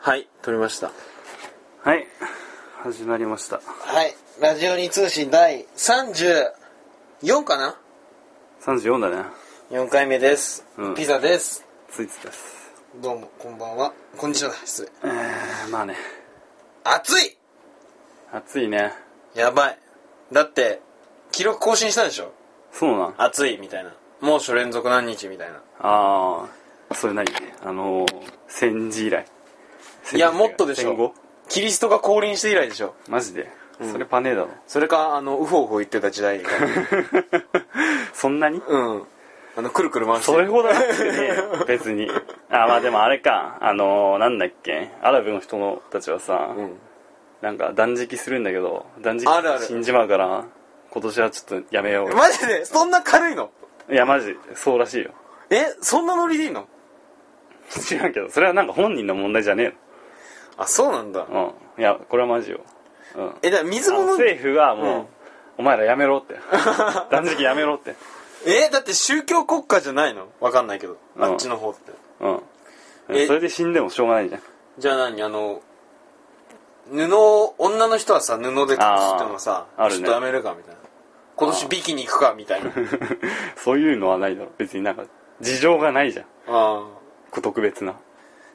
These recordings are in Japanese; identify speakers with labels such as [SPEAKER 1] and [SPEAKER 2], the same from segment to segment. [SPEAKER 1] はい撮りました
[SPEAKER 2] はい始まりました
[SPEAKER 1] はいラジオに通信第34かな
[SPEAKER 2] 34だね
[SPEAKER 1] 4回目です、
[SPEAKER 2] うん
[SPEAKER 1] ピザです
[SPEAKER 2] ついつです
[SPEAKER 1] どうもこんばんはこんにちはだ失礼
[SPEAKER 2] えー、まあね
[SPEAKER 1] 暑い
[SPEAKER 2] 暑いね
[SPEAKER 1] やばいだって記録更新したでしょ
[SPEAKER 2] そうなんあ
[SPEAKER 1] 暑いみたいな猛暑連続何日みたいな
[SPEAKER 2] あーそれ何あのー、戦時以来
[SPEAKER 1] いやもっとでし
[SPEAKER 2] 戦後
[SPEAKER 1] ょキリストが降臨して以来でしょ
[SPEAKER 2] マジで、それパネーだろ
[SPEAKER 1] それかあのウホウホ言ってた時代以外
[SPEAKER 2] そんなに
[SPEAKER 1] うんあのくるくる回して
[SPEAKER 2] それほど暑くねえよ 別にあまあでもあれかあのー、なんだっけアラブの人のたちはさ、
[SPEAKER 1] うん
[SPEAKER 2] なんか断食するんだけど断食
[SPEAKER 1] あるある
[SPEAKER 2] 死んじまうから今年はちょっとやめよう
[SPEAKER 1] マジでそんな軽いの
[SPEAKER 2] いやマジそうらしいよ
[SPEAKER 1] えそんなノリでいいの
[SPEAKER 2] 知らんけどそれはなんか本人の問題じゃね
[SPEAKER 1] あそうなんだ
[SPEAKER 2] えの うんいやこれはマジよ、うん、
[SPEAKER 1] えだから水
[SPEAKER 2] あ
[SPEAKER 1] も
[SPEAKER 2] の
[SPEAKER 1] 飲んで
[SPEAKER 2] 政府がもう、
[SPEAKER 1] うん
[SPEAKER 2] お前らやめろって 断食やめろって
[SPEAKER 1] えだって宗教国家じゃないのわかんないけど
[SPEAKER 2] うん
[SPEAKER 1] あっちの方って
[SPEAKER 2] うん
[SPEAKER 1] え
[SPEAKER 2] それで死んでもしょうがないじゃん
[SPEAKER 1] じゃあ何あの布を女の人はさ布で隠すってのさ
[SPEAKER 2] あーある
[SPEAKER 1] ち
[SPEAKER 2] ね
[SPEAKER 1] ょっとやめるかみたいな今年ビキに行くかみたいな
[SPEAKER 2] そういうのはないだろ別になんか事情がないじゃん
[SPEAKER 1] あ
[SPEAKER 2] こ特別な
[SPEAKER 1] ー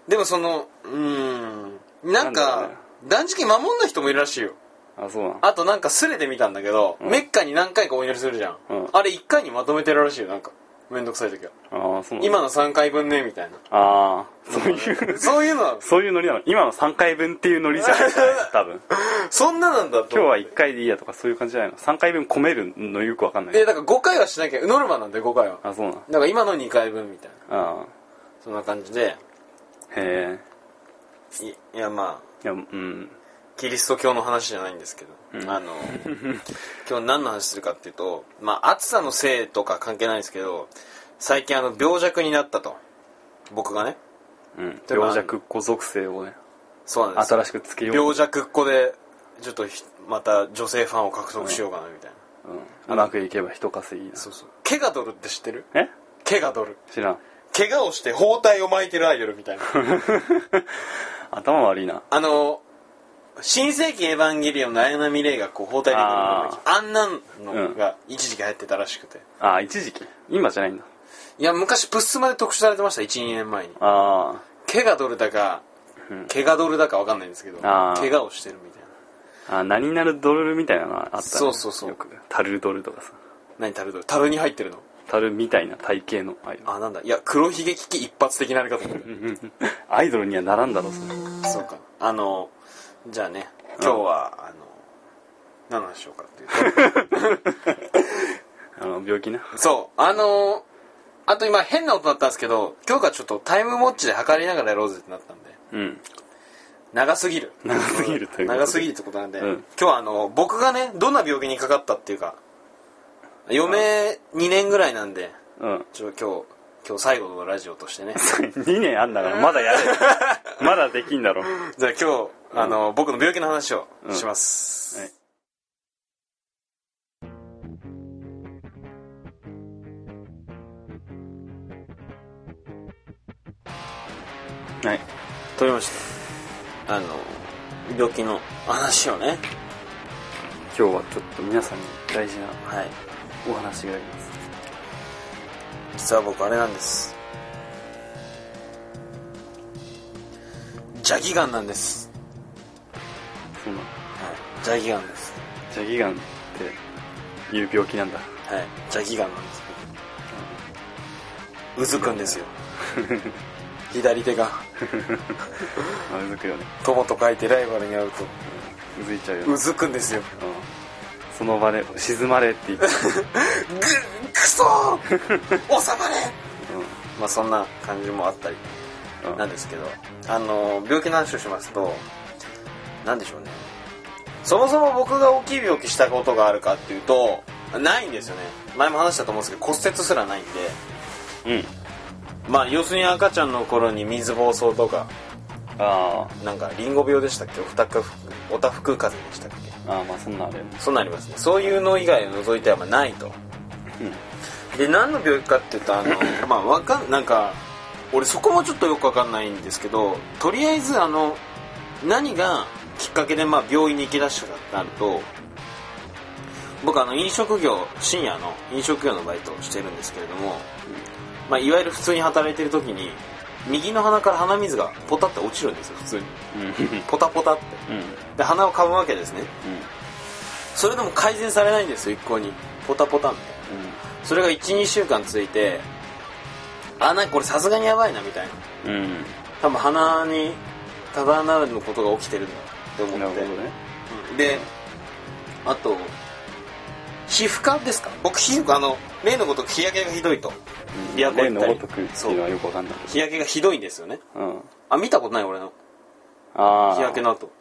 [SPEAKER 1] でもそのうーんなん
[SPEAKER 2] なんだろう
[SPEAKER 1] か
[SPEAKER 2] ね
[SPEAKER 1] 断食守んない人もいるらしいよ
[SPEAKER 2] あそうなん
[SPEAKER 1] あとなんかすれてみたんだけど、
[SPEAKER 2] うん
[SPEAKER 1] メッカに何回かお祈りするじゃん、
[SPEAKER 2] うん
[SPEAKER 1] あれ1回にまとめてるらしいよなんかめんどくさい時は
[SPEAKER 2] ああそうなん
[SPEAKER 1] 今の3回分ねみたいな
[SPEAKER 2] ああそういう
[SPEAKER 1] そういうのは
[SPEAKER 2] そういうノリなの今の3回分っていうノリじ ゃない多分
[SPEAKER 1] そんななんだと思って
[SPEAKER 2] 今日は1回でいいやとかそういう感じじゃないの3回分込めるのよくわかんない
[SPEAKER 1] えだから5回はしなきゃノルマなんで5回は
[SPEAKER 2] あそうなん
[SPEAKER 1] だから今の2回分みたいな
[SPEAKER 2] ああ
[SPEAKER 1] そんな感じで
[SPEAKER 2] へえ
[SPEAKER 1] いいやまあ
[SPEAKER 2] いやうん
[SPEAKER 1] キリスト教の話じゃないんですけど、
[SPEAKER 2] うん
[SPEAKER 1] あの今日何の話するかっていうとまあ暑さのせいとか関係ないんですけど最近あの病弱になったと僕がね
[SPEAKER 2] うん
[SPEAKER 1] でも
[SPEAKER 2] 病弱子属性をね
[SPEAKER 1] そうなんです
[SPEAKER 2] 新しくつけよう
[SPEAKER 1] 病弱っ子でちょっとひまた女性ファンを獲得しようかなみたいな、
[SPEAKER 2] うん、うまくいけば人稼ぎな
[SPEAKER 1] そうそうケガドルって知ってる
[SPEAKER 2] え
[SPEAKER 1] ケガドル
[SPEAKER 2] 知らん
[SPEAKER 1] 怪我をして包帯を巻いてるアイドルみたいな
[SPEAKER 2] 頭悪いな
[SPEAKER 1] あの新世紀エヴァンゲリオンの綾波レイがこう包帯できる
[SPEAKER 2] あ
[SPEAKER 1] ああんなんのが一時期流行ってたらしくて、
[SPEAKER 2] ああ一時期今じゃないんだ
[SPEAKER 1] いや昔プッスまで特集されてました12年前に
[SPEAKER 2] あ
[SPEAKER 1] 怪我ドルだか
[SPEAKER 2] うん
[SPEAKER 1] 怪我ドルだかわかんないんですけど
[SPEAKER 2] あー
[SPEAKER 1] 怪我をしてるみたいな
[SPEAKER 2] ーあー何なるドルみたいなのあった、ね、
[SPEAKER 1] そうそうそう
[SPEAKER 2] よくタルドルとかさ
[SPEAKER 1] 何タルドルタルに入ってるの
[SPEAKER 2] タルみたいな体型のアイドル
[SPEAKER 1] あなんだいや黒ひげ危機一発的なあれかと思っ
[SPEAKER 2] う
[SPEAKER 1] た
[SPEAKER 2] んうんうんアイドルにはならんだろそれ
[SPEAKER 1] そうかあのじゃあね今日は、あの何の話しようかっていうと
[SPEAKER 2] あの病気な
[SPEAKER 1] そうあのあと今変な音だったんですけど今日からちょっとタイムウォッチで測りながらやろうぜってなったんで
[SPEAKER 2] うん
[SPEAKER 1] 長すぎる
[SPEAKER 2] 長すぎるということで
[SPEAKER 1] 長すぎるってことなんで、
[SPEAKER 2] うん
[SPEAKER 1] 今日はあの僕がねどんな病気にかかったっていうか嫁2年ぐらいなんで
[SPEAKER 2] うん
[SPEAKER 1] ちょっと今日今日最後のラジオとしてね
[SPEAKER 2] 2年あんだからまだ やれるまだできんだろ
[SPEAKER 1] じゃあ今日あの、僕の病気の話をします、
[SPEAKER 2] うんはいはい
[SPEAKER 1] 撮りましたあの病気の話をね
[SPEAKER 2] 今日はちょっと皆さんに大事な
[SPEAKER 1] はい
[SPEAKER 2] お話があります
[SPEAKER 1] 実は僕あれなんです邪気ガンなんです、
[SPEAKER 2] その
[SPEAKER 1] はい、邪気ガンです
[SPEAKER 2] ジャギガンっていう病気なんだ
[SPEAKER 1] はい邪気眼なんです僕うずくんですよ左手が
[SPEAKER 2] あうずくよね
[SPEAKER 1] 友と書いてライバルに会う
[SPEAKER 2] うずいちゃうよ
[SPEAKER 1] と
[SPEAKER 2] ね
[SPEAKER 1] うずくんですよ
[SPEAKER 2] うんその場で沈まれって言って、
[SPEAKER 1] ぐくそー収まれまあそんな感じもあったり
[SPEAKER 2] うんうん
[SPEAKER 1] なんですけどあの病気の話をしますと何でしょうねそもそも僕が大きい病気したことがあるかっていうとないんですよね前も話したと思うんですけど骨折すらないんで
[SPEAKER 2] うん
[SPEAKER 1] まあ要するに赤ちゃんの頃に水疱瘡とか
[SPEAKER 2] あ
[SPEAKER 1] なんかリンゴ病でしたっけおたふくおたふく風邪でしたっけ
[SPEAKER 2] ーあーまあそんなあれ
[SPEAKER 1] そうなりますねそういうの以外を除いてはまあないと
[SPEAKER 2] う ん
[SPEAKER 1] で何の病気かっていうとあのまあわかんなんか俺そこもちょっとよくわかんないんですけどとりあえずあの何がきっかけでまあ病院に行きだしたかってなると僕あの飲食業深夜の飲食業のバイトをしてるんですけれども、まあ、いわゆる普通に働いてる時に右の鼻から鼻水がポタって落ちるんですよ普通に
[SPEAKER 2] うんうん
[SPEAKER 1] ポタポタって
[SPEAKER 2] うん
[SPEAKER 1] で鼻をかむわけですねそれでも改善されないんですよ一向にポタポタみたいなそれが12週間続いてあなんかこれさすがにやばいなみたいな
[SPEAKER 2] うんうん
[SPEAKER 1] 多分鼻にただなるのことが起きてるんだって思
[SPEAKER 2] なる
[SPEAKER 1] っ
[SPEAKER 2] ほ
[SPEAKER 1] て、
[SPEAKER 2] どね
[SPEAKER 1] うんであと皮膚科ですか僕皮膚科あの例のごとく日焼けがひどいと
[SPEAKER 2] うん
[SPEAKER 1] 琵琶湖行
[SPEAKER 2] 例
[SPEAKER 1] っ
[SPEAKER 2] の
[SPEAKER 1] たり
[SPEAKER 2] ごとくっていうのはよくわかんないけ
[SPEAKER 1] 日焼けがひどいんですよね
[SPEAKER 2] どうん
[SPEAKER 1] あ見たことない俺の
[SPEAKER 2] ああ
[SPEAKER 1] 日焼けの後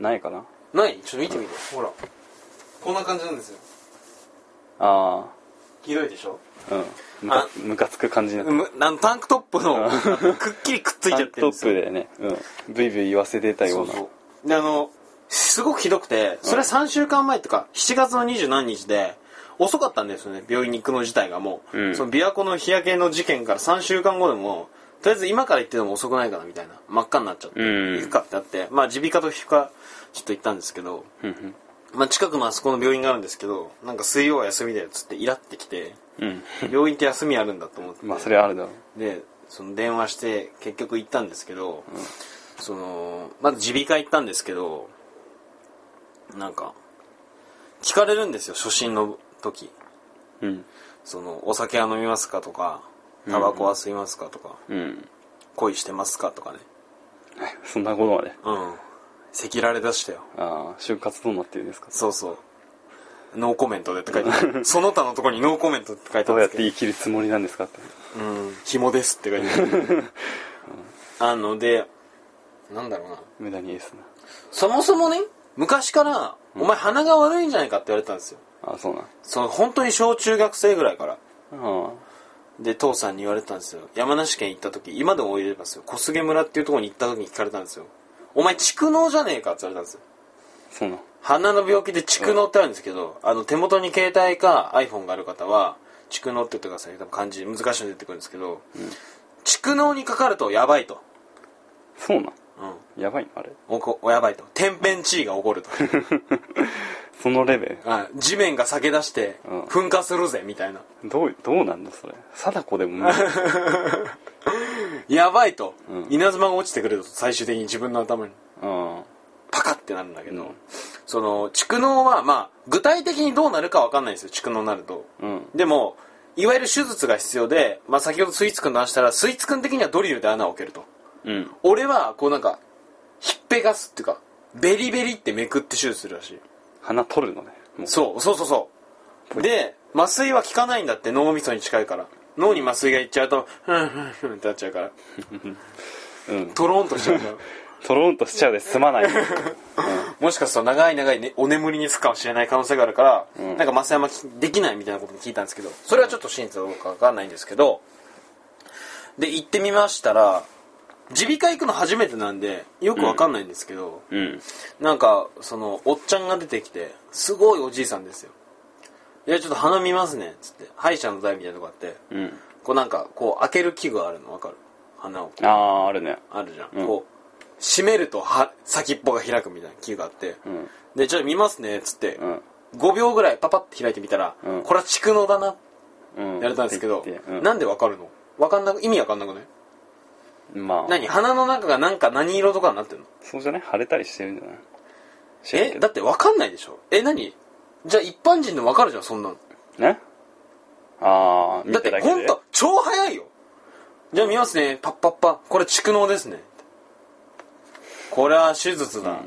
[SPEAKER 2] ないかな
[SPEAKER 1] ないちょっと見てみてほらこんな感じなんですよ
[SPEAKER 2] あ
[SPEAKER 1] ひどいでしょ
[SPEAKER 2] あうんむかむかつく感じになって
[SPEAKER 1] むあのタンクトップのくっきりくっついちゃってるん
[SPEAKER 2] タンクト
[SPEAKER 1] ですよ
[SPEAKER 2] ップでねうんブイブイ言わせてたよう
[SPEAKER 1] そ
[SPEAKER 2] な
[SPEAKER 1] うそうであのすごくひどくてそれは3週間前とか7月の二十何日で遅かったんですよね病院に行くの自体がもう、
[SPEAKER 2] うん
[SPEAKER 1] その琵琶湖の日焼けの事件から3週間後でもとりあえず今から行ってでも遅くないかなみたいな真っ赤になっちゃって、
[SPEAKER 2] うん
[SPEAKER 1] 行くかってなってまあ耳鼻科と皮膚科ちょっと行ったんですけど、
[SPEAKER 2] うん
[SPEAKER 1] まあ、近くのあそこの病院があるんですけどなんか水曜は休みだよっつってイラってき て
[SPEAKER 2] うん
[SPEAKER 1] 病院って休みあるんだと思って、
[SPEAKER 2] うんまあそれはあるだろう
[SPEAKER 1] でその電話して結局行ったんですけど、そのまず耳鼻科行ったんですけどなんか聞かれるんですよ初診の時
[SPEAKER 2] うん
[SPEAKER 1] そのお酒は飲みますかとかタバコは吸いますかとか、
[SPEAKER 2] うん
[SPEAKER 1] 恋してますかとかね
[SPEAKER 2] そんなことまで
[SPEAKER 1] うん赤裸々出したよ
[SPEAKER 2] ああ就活どうなってるんですか
[SPEAKER 1] そうそうノーコメントでって書いてあ るその他のところにノーコメントって書いてあ
[SPEAKER 2] ど
[SPEAKER 1] るんで
[SPEAKER 2] うやっ
[SPEAKER 1] すけど
[SPEAKER 2] て生きるつもりなんですかって
[SPEAKER 1] うん紐ですって書いてある あのでなんだろうな
[SPEAKER 2] 無駄にですな
[SPEAKER 1] そもそもね、昔から、お前鼻が悪いんじゃないかって言われてたんですよ。
[SPEAKER 2] ああそうなん
[SPEAKER 1] その本当に小中学生ぐらいから。
[SPEAKER 2] あ
[SPEAKER 1] で、父さんに言われてたんですよ。山梨県行った時、今でも覚えてますよ。小菅村っていうところに行った時に聞かれたんですよ。お前、蓄膿じゃねえかって言われたんですよ。
[SPEAKER 2] あそうなん
[SPEAKER 1] 鼻の病気で蓄膿ってあるんですけど、あの、手元に携帯か iPhone がある方は、蓄膿って言ってくださいね。多分漢字難しいの出てくるんですけど、蓄膿にかかるとやばいと。
[SPEAKER 2] そうなん
[SPEAKER 1] うん。
[SPEAKER 2] やばいのあれ
[SPEAKER 1] おこ、おやばいと。天変地異が起こると。
[SPEAKER 2] そのレベル
[SPEAKER 1] あ地面が裂け出して
[SPEAKER 2] うん
[SPEAKER 1] 噴火するぜみたいな、
[SPEAKER 2] どうどうなんだそれ貞子でも 無理
[SPEAKER 1] やばいと、
[SPEAKER 2] うん
[SPEAKER 1] 稲妻が落ちてくると最終的に自分の頭に
[SPEAKER 2] うん
[SPEAKER 1] パカってなるんだけど、
[SPEAKER 2] うん
[SPEAKER 1] その蓄膿はまあ具体的にどうなるかわかんないんですよ蓄膿になると
[SPEAKER 2] うん
[SPEAKER 1] でもいわゆる手術が必要で、まあ、先ほどスイーツくんの話したらスイーツくん的にはドリルで穴を開けると
[SPEAKER 2] うん
[SPEAKER 1] 俺はこうなんかひっぺがすっていうかベリベリってめくって手術するらしい
[SPEAKER 2] 鼻取るのねもう
[SPEAKER 1] そうそうそうそうで麻酔は効かないんだって脳みそに近いから脳に麻酔がいっちゃうとふんふんふんってなっちゃうから
[SPEAKER 2] うん
[SPEAKER 1] トローンとしちゃうから
[SPEAKER 2] とろんとしちゃうで済まない
[SPEAKER 1] もしかすると長い長い、ね、お眠りにつくかもしれない可能性があるから、
[SPEAKER 2] うん
[SPEAKER 1] なんか麻酔はできないみたいなことも聞いたんですけどそれはちょっと真実かどうかわかんないんですけどで行ってみましたら耳鼻科行くの初めてなんでよくわかんないんですけど、
[SPEAKER 2] うん
[SPEAKER 1] なんかそのおっちゃんが出てきてすごいおじいさんですよ「いやちょっと鼻見ますね」っつって歯医者の台みたいなとこあって
[SPEAKER 2] うん
[SPEAKER 1] こうなんかこう開ける器具あるのわかる鼻を
[SPEAKER 2] あああるね
[SPEAKER 1] あるじゃん、
[SPEAKER 2] ん
[SPEAKER 1] こう閉めるとは先っぽが開くみたいな器具があって、
[SPEAKER 2] うん
[SPEAKER 1] でちょっと見ますねっつって、
[SPEAKER 2] うん
[SPEAKER 1] 5秒ぐらいパパって開いてみたら、
[SPEAKER 2] うん
[SPEAKER 1] これは蓄膿だなって
[SPEAKER 2] うん
[SPEAKER 1] やられたんですけど、
[SPEAKER 2] って言ってうん
[SPEAKER 1] なんでわかるのわかんなく意味わかんなくない
[SPEAKER 2] まあ
[SPEAKER 1] 何鼻の中がなんか何色とかになってるの
[SPEAKER 2] そうじゃない腫れたりしてるんじゃない知らん
[SPEAKER 1] え
[SPEAKER 2] け
[SPEAKER 1] だ
[SPEAKER 2] ど
[SPEAKER 1] ってわかんないでしょえ何じゃあ一般人でもわかるじゃんそんなの
[SPEAKER 2] ねああ見
[SPEAKER 1] だってて
[SPEAKER 2] だけ
[SPEAKER 1] ほん
[SPEAKER 2] で
[SPEAKER 1] と超早いよじゃあ見ますねパッパッパこれ蓄膿ですねこれは手術だ、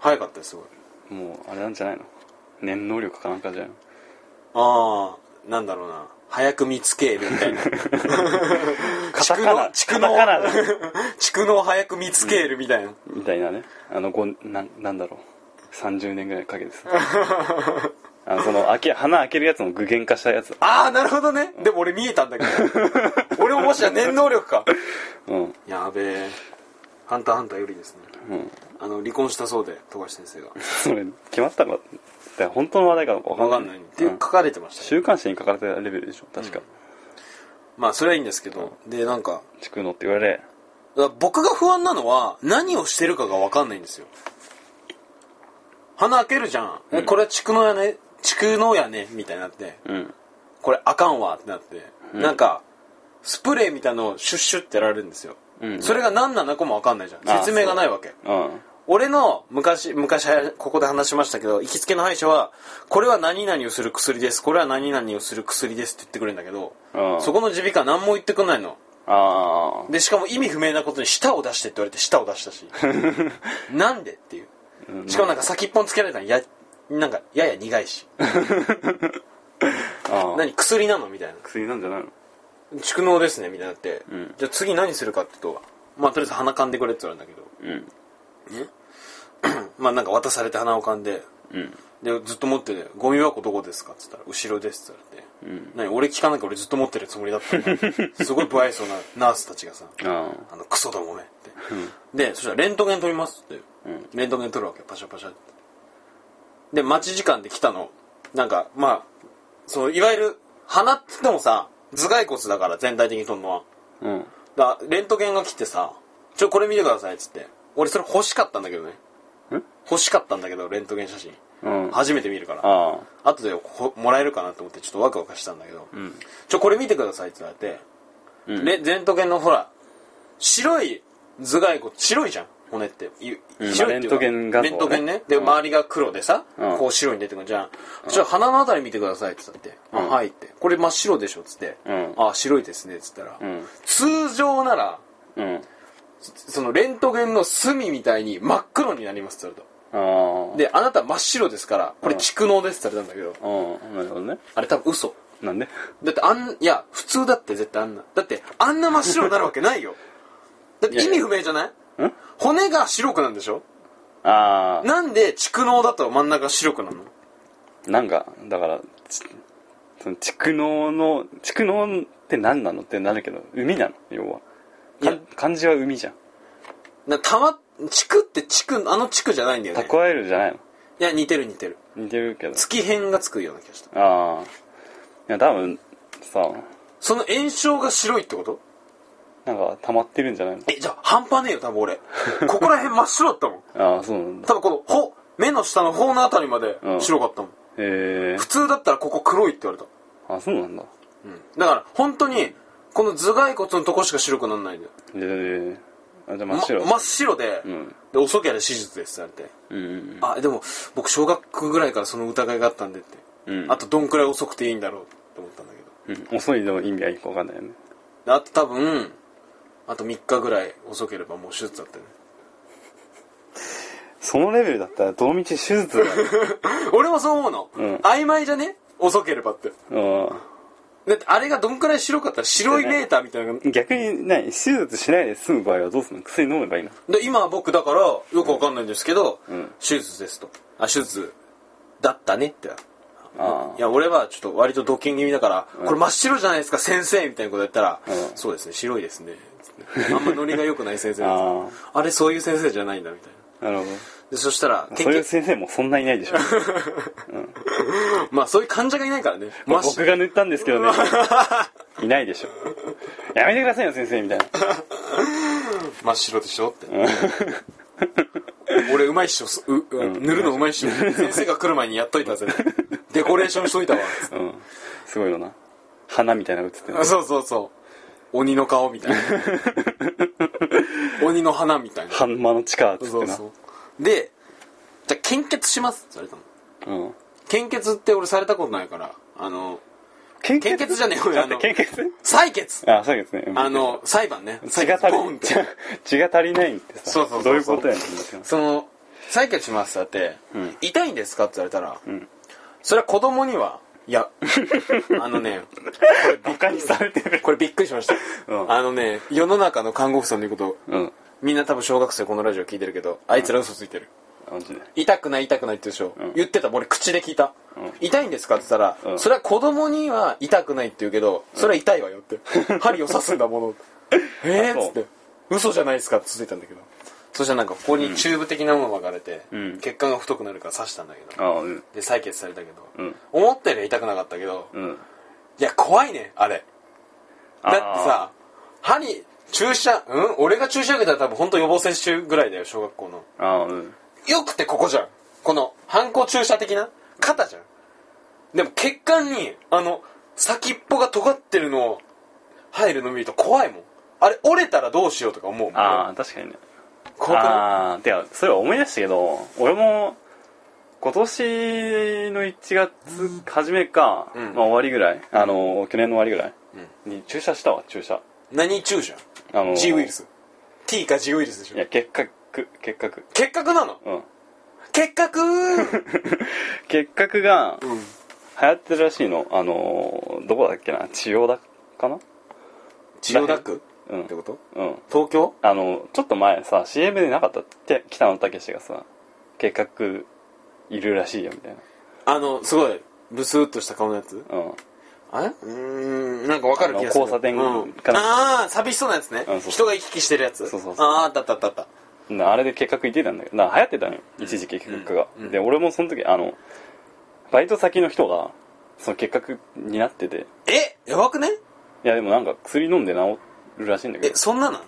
[SPEAKER 1] 早かったですすごい
[SPEAKER 2] もうあれなんじゃないの念能力かなんかじゃん
[SPEAKER 1] ああなんだろうな早く見つけるみたいな
[SPEAKER 2] カタカナ
[SPEAKER 1] 蓄
[SPEAKER 2] カ
[SPEAKER 1] 膿
[SPEAKER 2] タカナだ
[SPEAKER 1] 蓄膿早く見つけるみたいな、
[SPEAKER 2] みたいなねあのごなんなんだろう30年ぐらいかけて さあのその開け鼻開けるやつの具現化したやつ
[SPEAKER 1] ああなるほどねでも俺見えたんだけど俺ももしや念能力か
[SPEAKER 2] うんうん
[SPEAKER 1] やべえ「ハンターハンター」よりですねあの離婚したそうで富樫先生が
[SPEAKER 2] それ決まったのかって本当の話題かどうか分
[SPEAKER 1] 分
[SPEAKER 2] か
[SPEAKER 1] か
[SPEAKER 2] ん
[SPEAKER 1] ん
[SPEAKER 2] な
[SPEAKER 1] ないいって書かれてましたね
[SPEAKER 2] 週刊誌に書かれたレベルでしょ確か、
[SPEAKER 1] まあそれはいいんですけど、でなんか
[SPEAKER 2] ちくのって言われ
[SPEAKER 1] だから僕が不安なのは何をしてるかが分かんないんですよ鼻開けるじゃん、えこれは蓄能やね蓄能やねみたいになって
[SPEAKER 2] うん
[SPEAKER 1] これあかんわってなって、なんかスプレーみたいのをシュッシュってやられるんですよ、
[SPEAKER 2] うん
[SPEAKER 1] それが何なのかも分かんないじゃ
[SPEAKER 2] あ
[SPEAKER 1] ん説明がないわけ
[SPEAKER 2] うん
[SPEAKER 1] 俺の昔昔ここで話しましたけど行きつけの歯医者はこれは何々をする薬ですこれは何々をする薬ですって言ってくれるんだけど
[SPEAKER 2] うん
[SPEAKER 1] そこの耳鼻科何も言ってくんないの
[SPEAKER 2] あ
[SPEAKER 1] でしかも意味不明なことに舌を出してって言われて舌を出した しなんでっていうしかもなんか先っぽにつけられたらやなんかやや苦いし
[SPEAKER 2] ーあー
[SPEAKER 1] 何薬なのみたいな
[SPEAKER 2] 薬なんじゃないの
[SPEAKER 1] 蓄能ですねみたいになって、
[SPEAKER 2] ん
[SPEAKER 1] じゃあ次何するかって言うとまあとりあえず鼻噛んでくれって言われるんだ
[SPEAKER 2] うん
[SPEAKER 1] けど まあなんか渡されて鼻を噛んで
[SPEAKER 2] うん
[SPEAKER 1] でずっと持ってて「ゴミ箱どこですか?」っつったら「後ろです」って言われて、
[SPEAKER 2] うん
[SPEAKER 1] 何俺聞かなきゃ俺ずっと持ってるつもりだった のすごい不愛想なナースたちがさ
[SPEAKER 2] ああ
[SPEAKER 1] あのクソどもめって、でそしたらレントゲン取りますって、レントゲン取るわけパシャパシャってで待ち時間で来たのなんかまあそのいわゆる鼻っつってもさ頭蓋骨だから全体的に取るのは
[SPEAKER 2] うん
[SPEAKER 1] だレントゲンが来てさ「ちょこれ見てください」っつって俺それ欲しかったんだけどね欲しかったんだけどレントゲン写真
[SPEAKER 2] うんあ
[SPEAKER 1] 初めて見るから
[SPEAKER 2] あ
[SPEAKER 1] 後でほもらえるかなと思ってちょっとワクワクしたんだけど、ちょこれ見てくださいって言われて、
[SPEAKER 2] うん
[SPEAKER 1] レレントゲンのほら白い頭蓋骨白いじゃん骨ってい
[SPEAKER 2] うん
[SPEAKER 1] 白いっていうか
[SPEAKER 2] まあレントゲン画像ね
[SPEAKER 1] レントゲンねで、周りが黒でさ、
[SPEAKER 2] うん
[SPEAKER 1] こう白に出てくるじゃん、ちょっと鼻のあたり見てくださいって言って、あ
[SPEAKER 2] うん
[SPEAKER 1] はいってこれ真っ白でしょっつって、
[SPEAKER 2] うん
[SPEAKER 1] あ白いですねっつったら、
[SPEAKER 2] うん
[SPEAKER 1] 通常なら
[SPEAKER 2] うん
[SPEAKER 1] そのレントゲンの隅みたいに真っ黒になりますって言われた
[SPEAKER 2] ああ
[SPEAKER 1] であなた真っ白ですからこれ蓄能ですって言われたんだけど、
[SPEAKER 2] うんなるほどね
[SPEAKER 1] あれ多分嘘
[SPEAKER 2] なんで
[SPEAKER 1] だってあんいや普通だって絶対あんなだってあんな真っ白になるわけ ないよだって意味不明じゃない
[SPEAKER 2] ん
[SPEAKER 1] 骨が白くなんでしょ
[SPEAKER 2] あ
[SPEAKER 1] なんで蓄能だと真ん中白くなるの
[SPEAKER 2] あなんかだからちその蓄能の蓄能って何なのってなるけど海なの要はか
[SPEAKER 1] いや
[SPEAKER 2] 漢字は海じゃん
[SPEAKER 1] なたま蓄って蓄あの蓄じゃないんだよね
[SPEAKER 2] 蓄えるじゃないの
[SPEAKER 1] いや似てる似てる
[SPEAKER 2] 似てるけど
[SPEAKER 1] 月辺がつくような気がした
[SPEAKER 2] ああいや多分さ
[SPEAKER 1] その炎症が白いってこと
[SPEAKER 2] なんか溜まってるんじゃないの
[SPEAKER 1] えじゃあ半端ねえよ多分 俺ここら辺真っ白だったもん
[SPEAKER 2] ああそうなんだ
[SPEAKER 1] 多分このほ目の下の頬のあたりまで
[SPEAKER 2] うん
[SPEAKER 1] 白かったもん、
[SPEAKER 2] へえ
[SPEAKER 1] 普通だったらここ黒いって言われた
[SPEAKER 2] あそうなんだ
[SPEAKER 1] だから本当にこの頭蓋骨のとこしか白くならないんだよ
[SPEAKER 2] でであじゃあ真
[SPEAKER 1] ま
[SPEAKER 2] っ白
[SPEAKER 1] 真っ白で,、
[SPEAKER 2] ん
[SPEAKER 1] で遅ければ手術ですって言わ
[SPEAKER 2] うんうん
[SPEAKER 1] れてあでも僕小学校ぐらいからその疑いがあったんでって、
[SPEAKER 2] うん
[SPEAKER 1] あとどんくらい遅くていいんだろうって思ったんだけど
[SPEAKER 2] うん遅いの意味がよくわかんないよね
[SPEAKER 1] であと多分あと3日ぐらい遅ければもう手術だったよね
[SPEAKER 2] そのレベルだったらどの道手術だよ
[SPEAKER 1] 俺もそう思うの、
[SPEAKER 2] うん
[SPEAKER 1] 曖昧じゃね遅ければって だってあれがどんくらい白かったら白いメーターみたいなのが
[SPEAKER 2] うん逆に何手術しないで済む場合はどうするの薬飲めばいいの
[SPEAKER 1] で今僕だからよくわかんないんですけど、
[SPEAKER 2] ん
[SPEAKER 1] 手術ですとあ手術だったねって
[SPEAKER 2] ああ
[SPEAKER 1] いや俺はちょっと割とドッキン気味だから、これ真っ白じゃないですか先生みたいなことやったら、
[SPEAKER 2] うん
[SPEAKER 1] そうですね白いですねあんまノリが良くない先生です
[SPEAKER 2] あ
[SPEAKER 1] あれそういう先生じゃないんだみたいな
[SPEAKER 2] なるほ
[SPEAKER 1] でそしたら
[SPEAKER 2] ど
[SPEAKER 1] 結
[SPEAKER 2] そういう
[SPEAKER 1] 局
[SPEAKER 2] 先生もそんないな いでしょ
[SPEAKER 1] まあそういう患者がいないからね真っ白
[SPEAKER 2] 僕が塗ったんですけ どねいないでしょやめてくださいよ先生みたいな
[SPEAKER 1] 真っ白でしょって、俺うまいっしょすう、う塗るのうまいっしょ先生が来る前にやっといたぜデコレーションしといたわ
[SPEAKER 2] うんすごいよな花みたいなの映ってる
[SPEAKER 1] あそうそうそう鬼の顔み たいな鬼の鼻みたいな
[SPEAKER 2] 半間の地下っつっ
[SPEAKER 1] そ
[SPEAKER 2] て
[SPEAKER 1] う
[SPEAKER 2] な
[SPEAKER 1] そうでじゃあ献血しますって言われたの
[SPEAKER 2] うん
[SPEAKER 1] 献血って俺されたことないからあの
[SPEAKER 2] 献
[SPEAKER 1] 献血じゃねえよ
[SPEAKER 2] だっ
[SPEAKER 1] あ
[SPEAKER 2] て
[SPEAKER 1] の
[SPEAKER 2] 献血
[SPEAKER 1] 採血
[SPEAKER 2] あそうですねうん
[SPEAKER 1] あの裁判ね
[SPEAKER 2] 血が足
[SPEAKER 1] ボン
[SPEAKER 2] り
[SPEAKER 1] っ
[SPEAKER 2] 血が
[SPEAKER 1] て
[SPEAKER 2] 血が足りないってさ
[SPEAKER 1] そうそうそうそう
[SPEAKER 2] どういうことやねんって
[SPEAKER 1] その採血しますって言って、
[SPEAKER 2] ん
[SPEAKER 1] 痛いんですかって言われたら、
[SPEAKER 2] ん
[SPEAKER 1] それは子供にはい やあのね
[SPEAKER 2] バカにされてる
[SPEAKER 1] これびっくりしました、
[SPEAKER 2] うん
[SPEAKER 1] あのね世の中の看護婦さんの言うこと
[SPEAKER 2] うん
[SPEAKER 1] みんな多分小学生このラジオ聞いてるけどあいつら嘘ついてる、
[SPEAKER 2] マジで
[SPEAKER 1] 痛くない痛くないって言うでしょ、
[SPEAKER 2] ん
[SPEAKER 1] 言ってた俺口で聞いた、
[SPEAKER 2] ん
[SPEAKER 1] 痛いんですかって言ったら、
[SPEAKER 2] うん
[SPEAKER 1] それは子供には痛くないって言うけどそれは痛いわよって 針を刺すんだものえーっつって嘘じゃないですかって続いたんだけどそしたらなんかここにチューブ的なものが巻かれて、
[SPEAKER 2] うん
[SPEAKER 1] 血管が太くなるから刺したんだけど、
[SPEAKER 2] あうん
[SPEAKER 1] で採血されたけど、
[SPEAKER 2] うん
[SPEAKER 1] 思ったよりは痛くなかったけど、
[SPEAKER 2] うん
[SPEAKER 1] いや怖いねあれ
[SPEAKER 2] あー
[SPEAKER 1] だってさ歯に注射うん俺が注射受けたら多分本当予防接種ぐらいだよ小学校の
[SPEAKER 2] ああうん
[SPEAKER 1] よくてここじゃんこの反抗注射的な肩じゃんでも血管にあの先っぽが尖ってるのを入るの見ると怖いもんあれ折れたらどうしようとか思うもん
[SPEAKER 2] ああ確かにね
[SPEAKER 1] 怖くない
[SPEAKER 2] ああてかそれ思い出したけど俺も今年の1月初めか、
[SPEAKER 1] うん
[SPEAKER 2] まあ、終わりぐらいあの去年の終わりぐらいに注射したわ注射
[SPEAKER 1] 何注射
[SPEAKER 2] あの
[SPEAKER 1] G ウイルス T か G ウイルスでし
[SPEAKER 2] い
[SPEAKER 1] ょ
[SPEAKER 2] や結核結核
[SPEAKER 1] 結核なの
[SPEAKER 2] うん
[SPEAKER 1] 結核 うん
[SPEAKER 2] 結核が流行ってるらしいのあのどこだっけな千代田かな
[SPEAKER 1] 千代田区
[SPEAKER 2] うん
[SPEAKER 1] ってこと
[SPEAKER 2] うん
[SPEAKER 1] 東京
[SPEAKER 2] あのちょっと前さ CM でなかったって北野武がさ結核いるらしいよみたい
[SPEAKER 1] あのすごいブスーっとした顔のやつ
[SPEAKER 2] なうん
[SPEAKER 1] あれうーんなんかわかる気がす
[SPEAKER 2] あ
[SPEAKER 1] る
[SPEAKER 2] の交差点
[SPEAKER 1] うん
[SPEAKER 2] かな
[SPEAKER 1] ああ寂しそうなやつね
[SPEAKER 2] うんそう
[SPEAKER 1] 人が行き来してるやつ
[SPEAKER 2] そうそうそう
[SPEAKER 1] あああったあったあったあった
[SPEAKER 2] なあれで結核いてたんだけどな流行ってたのよ一時期結核が、
[SPEAKER 1] うんうん
[SPEAKER 2] で俺もその時あのバイト先の人がその結核になってて
[SPEAKER 1] えやばくね
[SPEAKER 2] いやでもなんか薬飲んで治るらしいんだけ
[SPEAKER 1] え
[SPEAKER 2] ど
[SPEAKER 1] そんな なん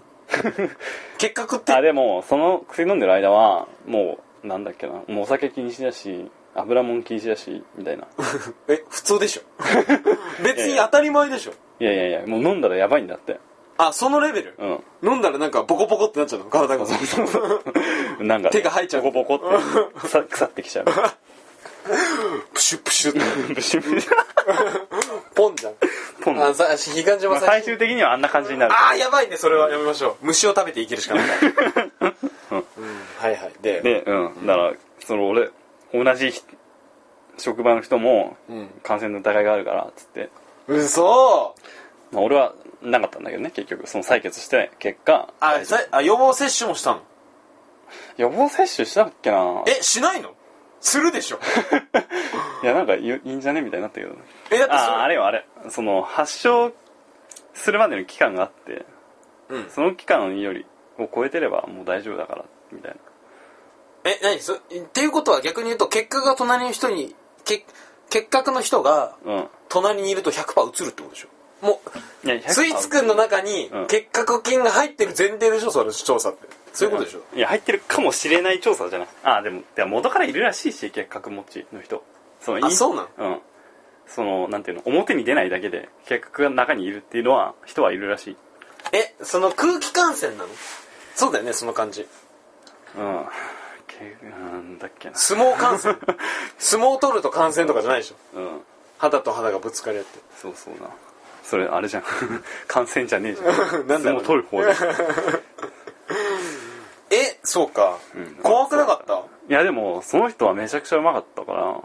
[SPEAKER 1] 結核って
[SPEAKER 2] あでもその薬飲んでる間はもうなんだっけなもうお酒禁止だし油もん禁止だしみたいな
[SPEAKER 1] え普通 でしょ別に当たり前でしょ
[SPEAKER 2] いやいやいやもう飲んだらやばいんだって
[SPEAKER 1] あそのレベル
[SPEAKER 2] う
[SPEAKER 1] 飲んだらなんかボコボコってなっちゃうの体が
[SPEAKER 2] んなんか、
[SPEAKER 1] 手が入っちゃう
[SPEAKER 2] ボコボコって腐腐ってきちゃう
[SPEAKER 1] プシュプシュって
[SPEAKER 2] ブシブシ
[SPEAKER 1] ポンじゃん
[SPEAKER 2] ポン
[SPEAKER 1] あさ悲観島
[SPEAKER 2] まあ
[SPEAKER 1] さ
[SPEAKER 2] 最終的にはあんな感じになる
[SPEAKER 1] ああやばいねそれはやめましょう虫を食べて生きるしか ない、うんはいはいで
[SPEAKER 2] で、うん、だからその俺同じひ職場の人も
[SPEAKER 1] うん
[SPEAKER 2] 感染の疑いがあるからっつって、
[SPEAKER 1] うそ
[SPEAKER 2] まあ、俺はなかったんだけどね結局その採血して結果
[SPEAKER 1] あさあ予防接種もしたの
[SPEAKER 2] 予防接種したっけな
[SPEAKER 1] えしないのするでしょ
[SPEAKER 2] いやなんかいいいんじゃねみたいになったけどね
[SPEAKER 1] えだってそ
[SPEAKER 2] ああれよあれその発症するまでの期間があって
[SPEAKER 1] うん
[SPEAKER 2] その期間よりを超えてればもう大丈夫だからみたいな
[SPEAKER 1] え何そっていうことは逆に言うと結核が隣の人に結結核の人が
[SPEAKER 2] うん
[SPEAKER 1] 隣にいると100%うつるってことでしょも
[SPEAKER 2] いや100%
[SPEAKER 1] うスイーツくんの中に
[SPEAKER 2] うん
[SPEAKER 1] 結核菌が入ってる前提でしょそれ調査ってそういうことでしょ
[SPEAKER 2] いや入ってるかもしれない調査じゃないああでもでも元からいるらしいし結核持ちの人その
[SPEAKER 1] あそうなん
[SPEAKER 2] うんそのなんていうの表に出ないだけで結核が中にいるっていうのは人はいるらしい
[SPEAKER 1] えその空気感染なのそうだよねその感じ
[SPEAKER 2] うんけなんだっけな
[SPEAKER 1] 相撲感 染相撲取ると感染とかじゃないでしょ
[SPEAKER 2] うん
[SPEAKER 1] 肌と肌がぶつかり合って
[SPEAKER 2] そうそうなそれあれじゃん 感染じゃねえじゃん
[SPEAKER 1] なんだろうね
[SPEAKER 2] 相撲取る方で
[SPEAKER 1] えそうか、怖くなかった
[SPEAKER 2] いやでもその人はめちゃくちゃうまかったから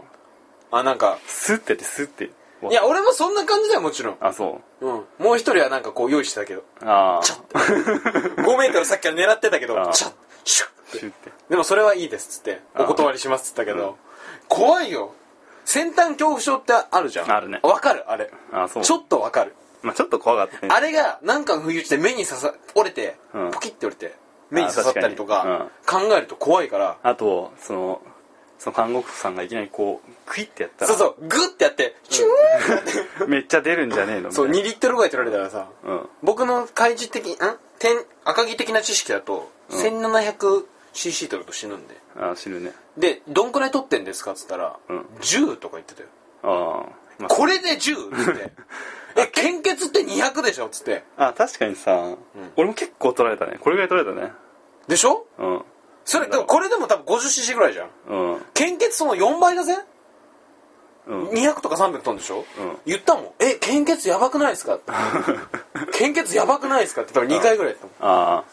[SPEAKER 1] あなんか
[SPEAKER 2] スッてやってスッて
[SPEAKER 1] いや俺もそんな感じだよもちろん、
[SPEAKER 2] あそ
[SPEAKER 1] うん、もう一人はなんかこう用意してたけど
[SPEAKER 2] うああ
[SPEAKER 1] チャッ5メートルさっきから狙ってたけど
[SPEAKER 2] ああ
[SPEAKER 1] チャッシュッ
[SPEAKER 2] シュッて
[SPEAKER 1] でもそれはいいですっつって
[SPEAKER 2] あ
[SPEAKER 1] お
[SPEAKER 2] あ
[SPEAKER 1] 断りしますっつったけど、
[SPEAKER 2] うん
[SPEAKER 1] 怖いよ先端恐怖症ってあるじゃん
[SPEAKER 2] あるね
[SPEAKER 1] わかるあれ
[SPEAKER 2] あそう
[SPEAKER 1] ちょっとわかる
[SPEAKER 2] まあちょっと怖かったね
[SPEAKER 1] あれがなんかの不意打ちで目に刺さ折れて、
[SPEAKER 2] うん
[SPEAKER 1] ポキって折れて目に刺さったりと
[SPEAKER 2] あ
[SPEAKER 1] か考えると怖いから、
[SPEAKER 2] あとそのその看護婦さんがいきなりこうクイッてやったら
[SPEAKER 1] そうそうグッてやってチューン
[SPEAKER 2] めっちゃ出るんじゃねえのみた
[SPEAKER 1] そう
[SPEAKER 2] い
[SPEAKER 1] 2
[SPEAKER 2] な
[SPEAKER 1] リットルぐらい取られたらさ、
[SPEAKER 2] うん
[SPEAKER 1] 僕の開示的ん点赤木的な知識だと 1700cc 取ると死ぬんで
[SPEAKER 2] あ死ぬね
[SPEAKER 1] でどんくらい取ってんですかっつったら、
[SPEAKER 2] うん
[SPEAKER 1] 10とか言ってたよ
[SPEAKER 2] ああ、ま
[SPEAKER 1] これで 10? っつ って「え献血って200でしょ」っつって
[SPEAKER 2] あ、あ確かにさ、俺も結構取られたねこれぐらい取られたね
[SPEAKER 1] でしょ
[SPEAKER 2] うん
[SPEAKER 1] それでもこれでも多分 50cc ぐらいじゃん
[SPEAKER 2] うん
[SPEAKER 1] 献血その4倍だぜ
[SPEAKER 2] うん
[SPEAKER 1] 200とか300飛んでしょ、
[SPEAKER 2] うん
[SPEAKER 1] 言ったもん「え献血やばくないです か?」って「献血やばくないですか?」って多分2回ぐらいやったもん
[SPEAKER 2] あ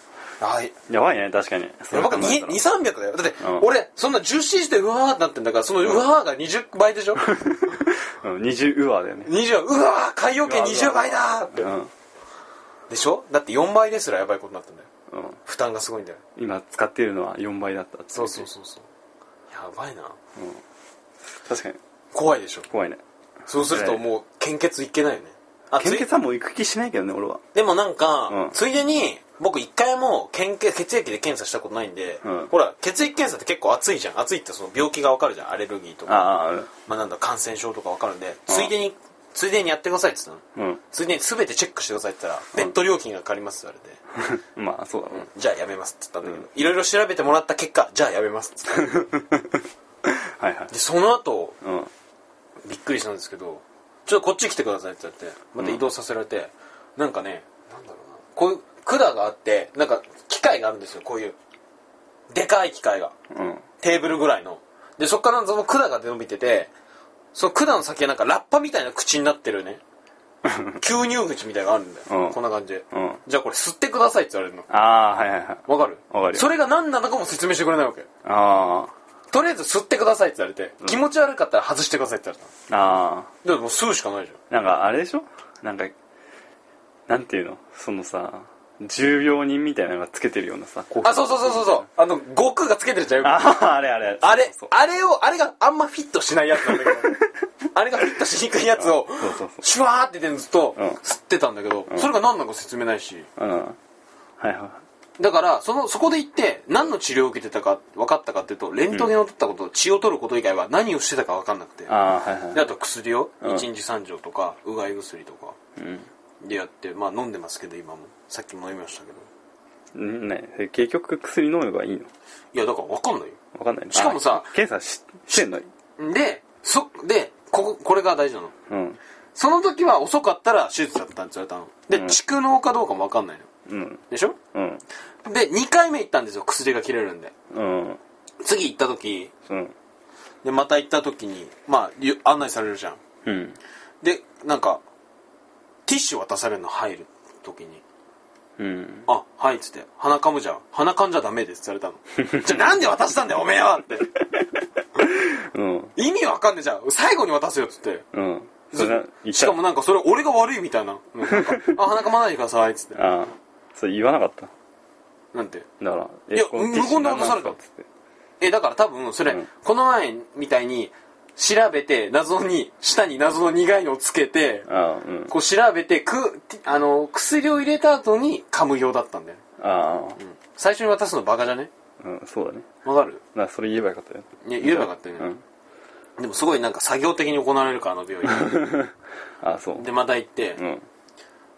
[SPEAKER 1] はい
[SPEAKER 2] あやばいね確かにそ
[SPEAKER 1] や
[SPEAKER 2] れ
[SPEAKER 1] ば
[SPEAKER 2] 考
[SPEAKER 1] く
[SPEAKER 2] えたら
[SPEAKER 1] 2300だよだって
[SPEAKER 2] うん
[SPEAKER 1] 俺そんな 10cc でうわーってなってんだからそのうわーが20倍 でしょ
[SPEAKER 2] うん20ウアーだよね
[SPEAKER 1] 20うわー海洋圏20倍だーって
[SPEAKER 2] うん、うん、
[SPEAKER 1] でしょだって4倍ですらやばいことになったんだよ負担がすごいんだよ
[SPEAKER 2] 今使っているのは4倍だった
[SPEAKER 1] そうそうそうそうやばいな
[SPEAKER 2] 確かに
[SPEAKER 1] 怖いでしょ
[SPEAKER 2] 怖いね
[SPEAKER 1] そうするともう献血いけないよねあ
[SPEAKER 2] 献
[SPEAKER 1] つい
[SPEAKER 2] 血はもう行く気しないけどね俺は
[SPEAKER 1] でもなんか、
[SPEAKER 2] うん
[SPEAKER 1] ついでに僕一回も献血血液で検査したことないんで、
[SPEAKER 2] うん
[SPEAKER 1] ほら血液検査って結構熱いじゃん熱いってその病気がわかるじゃんアレルギーとか
[SPEAKER 2] ああうん
[SPEAKER 1] まあ、なんだ感染症とかわかるんでついでについでにやってくださいって言ったの
[SPEAKER 2] うん
[SPEAKER 1] ついでに全てチェックしてくださいって言ったら別途料金がかかりますって言われて
[SPEAKER 2] まあそうだね、
[SPEAKER 1] じゃあやめますって言ったんだけど、いろいろ調べてもらった結果、じゃあやめますって言って
[SPEAKER 2] はいはい
[SPEAKER 1] で、その後、
[SPEAKER 2] うん
[SPEAKER 1] びっくりしたんですけど、ちょっとこっち来てくださいって言って、また移動させられて、なんかね、なんだろうな、こういう管があって、なんか機械があるんですよ、こういう。でかい機械が。
[SPEAKER 2] うん
[SPEAKER 1] テーブルぐらいの。で、そっからその管が伸びてて、その管の先がなんかラッパみたいな口になってる ね。吸入口みたいなのがあるんだよ。
[SPEAKER 2] うん
[SPEAKER 1] こんな感じで。
[SPEAKER 2] うん
[SPEAKER 1] じゃあこれ吸ってくださいって言われるの。
[SPEAKER 2] ああーはいはいはい
[SPEAKER 1] わかる
[SPEAKER 2] わかるよ
[SPEAKER 1] それが何なのかも説明してくれないわけ。
[SPEAKER 2] あ
[SPEAKER 1] とりあえず吸ってくださいって言われて、気持ち悪かったら外してくださいって言われた
[SPEAKER 2] あああ
[SPEAKER 1] のでもう吸うしかないじゃん
[SPEAKER 2] なんかあれでしょなんかなんていうのそのさ重病人みたいなのがつけてるようなさこ
[SPEAKER 1] あそうそうそうそうそうあの悟空がつけてるじゃんよく
[SPEAKER 2] あああれあれ
[SPEAKER 1] あれ
[SPEAKER 2] そう
[SPEAKER 1] あれをあれがあんまフィットしないやつなん だけどあれがフィットしにくいやつを
[SPEAKER 2] そうそうそう
[SPEAKER 1] シュワーって出てずっと
[SPEAKER 2] うん
[SPEAKER 1] 吸ってたんだけど、それが何なのか説明ないし
[SPEAKER 2] そううんはいは
[SPEAKER 1] だからそのそこで行って何の治療を受けてたか分かったかっていうとレントゲンを取ったこと、血を取ること以外は何をしてたか分かんなくて
[SPEAKER 2] いああはいはい
[SPEAKER 1] であと薬を
[SPEAKER 2] うん
[SPEAKER 1] 1日3錠とかうがい薬とかでやってまあ飲んでますけど今もさっきも飲みましたけど
[SPEAKER 2] うんね結局薬飲めばいいの
[SPEAKER 1] いやだから分かんないよ
[SPEAKER 2] わかんないね
[SPEAKER 1] しかもさ
[SPEAKER 2] あ検査ししてんのに
[SPEAKER 1] でそでこここれが大事なの
[SPEAKER 2] うん
[SPEAKER 1] その時は遅かったら手術だったんですよ多分
[SPEAKER 2] う
[SPEAKER 1] で
[SPEAKER 2] ん
[SPEAKER 1] 蓄膿かどうかも分かんないの
[SPEAKER 2] うん
[SPEAKER 1] でしょ
[SPEAKER 2] うん
[SPEAKER 1] で2回目行ったんですよ薬が切れるんで
[SPEAKER 2] うん
[SPEAKER 1] 次行った時
[SPEAKER 2] うん
[SPEAKER 1] でまた行った時にまあゆ案内されるじゃん
[SPEAKER 2] うん
[SPEAKER 1] でなんかティッシュ渡されるの入る時に
[SPEAKER 2] うん
[SPEAKER 1] あ、はい、っつって、鼻噛むじゃん。鼻噛んじゃダメですって言われ たの。じゃあなんで渡したんだよ、おめえはって。
[SPEAKER 2] うん
[SPEAKER 1] 意味わかんねえじゃん。最後に渡すよ、っつって。
[SPEAKER 2] うんそれな言っ
[SPEAKER 1] しかもなんかそれ俺が悪いみたいな。なんかあ、鼻噛まないでください、っつって。
[SPEAKER 2] ああそれ言わなかった
[SPEAKER 1] なんて。
[SPEAKER 2] だから
[SPEAKER 1] いや
[SPEAKER 2] えこのティッシュ
[SPEAKER 1] 無言で渡された
[SPEAKER 2] 何なんですかっつって
[SPEAKER 1] え、だから多分、それ、
[SPEAKER 2] うん
[SPEAKER 1] この前みたいに、調べて、謎に、舌に謎の苦いのをつけて、
[SPEAKER 2] ああうん
[SPEAKER 1] こう調べて、く、あの、薬を入れた後に噛む用だったんだよ。
[SPEAKER 2] ああ
[SPEAKER 1] うん最初に渡すのバカじゃね
[SPEAKER 2] うんそうだね
[SPEAKER 1] わかる
[SPEAKER 2] なそれ言えばよかったよ
[SPEAKER 1] いや言えばよかったよね
[SPEAKER 2] うん
[SPEAKER 1] でもすごいなんか作業的に行われるから、あの病院。
[SPEAKER 2] ああそう
[SPEAKER 1] で、また行って、
[SPEAKER 2] うん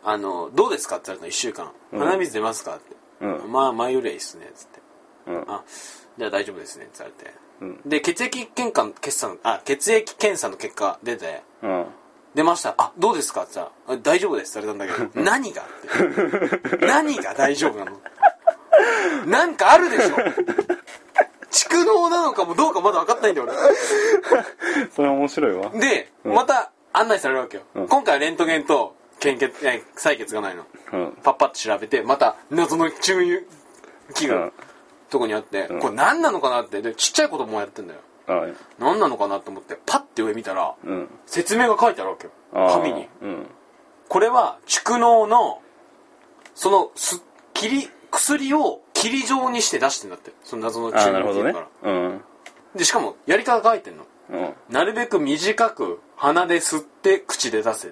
[SPEAKER 1] あの、どうですかって言われたの、1週間。
[SPEAKER 2] うん
[SPEAKER 1] 鼻水出ますかって。
[SPEAKER 2] うん
[SPEAKER 1] まあ、前よりはいいっすね、つって。
[SPEAKER 2] うん
[SPEAKER 1] あ、じゃあ大丈夫ですね、って言われて。
[SPEAKER 2] うん
[SPEAKER 1] で、血液検査の、決算、あ、血液検査の結果出て、
[SPEAKER 2] うん
[SPEAKER 1] 出ました。あ、どうですかって言ったら、あ大丈夫ですって言われたんだけ ど、何がって。何が大丈夫なのなんかあるで しょ蓄膿なのかもどうかまだ分かってないんだよ、
[SPEAKER 2] それ面白いわ
[SPEAKER 1] 俺。で、また案内されるわけよ。
[SPEAKER 2] うん
[SPEAKER 1] 今回はレントゲンと献血、え採血がないの。
[SPEAKER 2] うん
[SPEAKER 1] パッパッと調べてまた謎の注入器具
[SPEAKER 2] う
[SPEAKER 1] の
[SPEAKER 2] ん
[SPEAKER 1] とこにあって、
[SPEAKER 2] ん
[SPEAKER 1] これ何なのかなってでちっちゃいこともやってんだよ
[SPEAKER 2] あ
[SPEAKER 1] 何なのかなと思ってパッて上見たら
[SPEAKER 2] うん
[SPEAKER 1] 説明が書いてあるわけよ
[SPEAKER 2] ああ
[SPEAKER 1] 紙に
[SPEAKER 2] うん
[SPEAKER 1] これは蓄膿のそのす霧薬を霧状にして出してんだってその謎の
[SPEAKER 2] ああ
[SPEAKER 1] 注
[SPEAKER 2] なる
[SPEAKER 1] 入
[SPEAKER 2] ほ
[SPEAKER 1] 器
[SPEAKER 2] ど
[SPEAKER 1] 具
[SPEAKER 2] ね
[SPEAKER 1] から、
[SPEAKER 2] うん
[SPEAKER 1] でしかもやり方書いてんの
[SPEAKER 2] うん
[SPEAKER 1] なるべく短く鼻で吸って口で出せ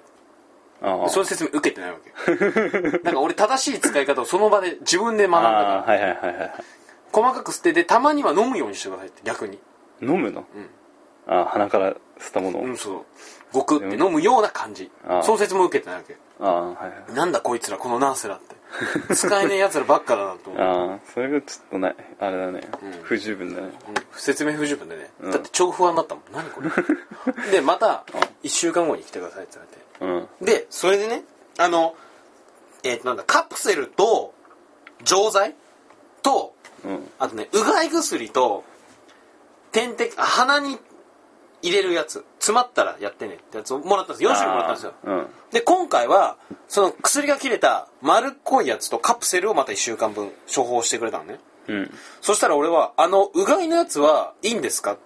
[SPEAKER 2] ああ
[SPEAKER 1] その説明受けてないわけよなんか俺正しい使い方をその場で自分で学んだ
[SPEAKER 2] あ
[SPEAKER 1] から
[SPEAKER 2] あはいはいはいはい
[SPEAKER 1] 細かく捨ててたまには飲むようにしてくださいって逆に
[SPEAKER 2] 飲むの
[SPEAKER 1] ん
[SPEAKER 2] ああ鼻から吸ったものを
[SPEAKER 1] うんそうごくって飲むような感じ
[SPEAKER 2] ああ
[SPEAKER 1] 創設も受けてないわけ
[SPEAKER 2] ああはいはい
[SPEAKER 1] なんだこいつらこのナースらって 使えねえ奴らばっかだなと思う
[SPEAKER 2] ああそれがちょっとないあれだね不十分だね
[SPEAKER 1] うん説明不十分でね、だって超不安だったもん何これ でまた1週間後に来てくださいって言われ
[SPEAKER 2] うん
[SPEAKER 1] てでそれでねあのえっ、となんだカプセルと錠剤と
[SPEAKER 2] うん
[SPEAKER 1] あとねうがい薬と点滴あ鼻に入れるやつ詰まったらやってねってやつをもらったんです4種類もらったんですよ
[SPEAKER 2] ああうん
[SPEAKER 1] で今回はその薬が切れた丸っこいやつとカプセルをまた1週間分処方してくれたのね
[SPEAKER 2] うん
[SPEAKER 1] そしたら俺は「あのうがいのやつはいいんですか?」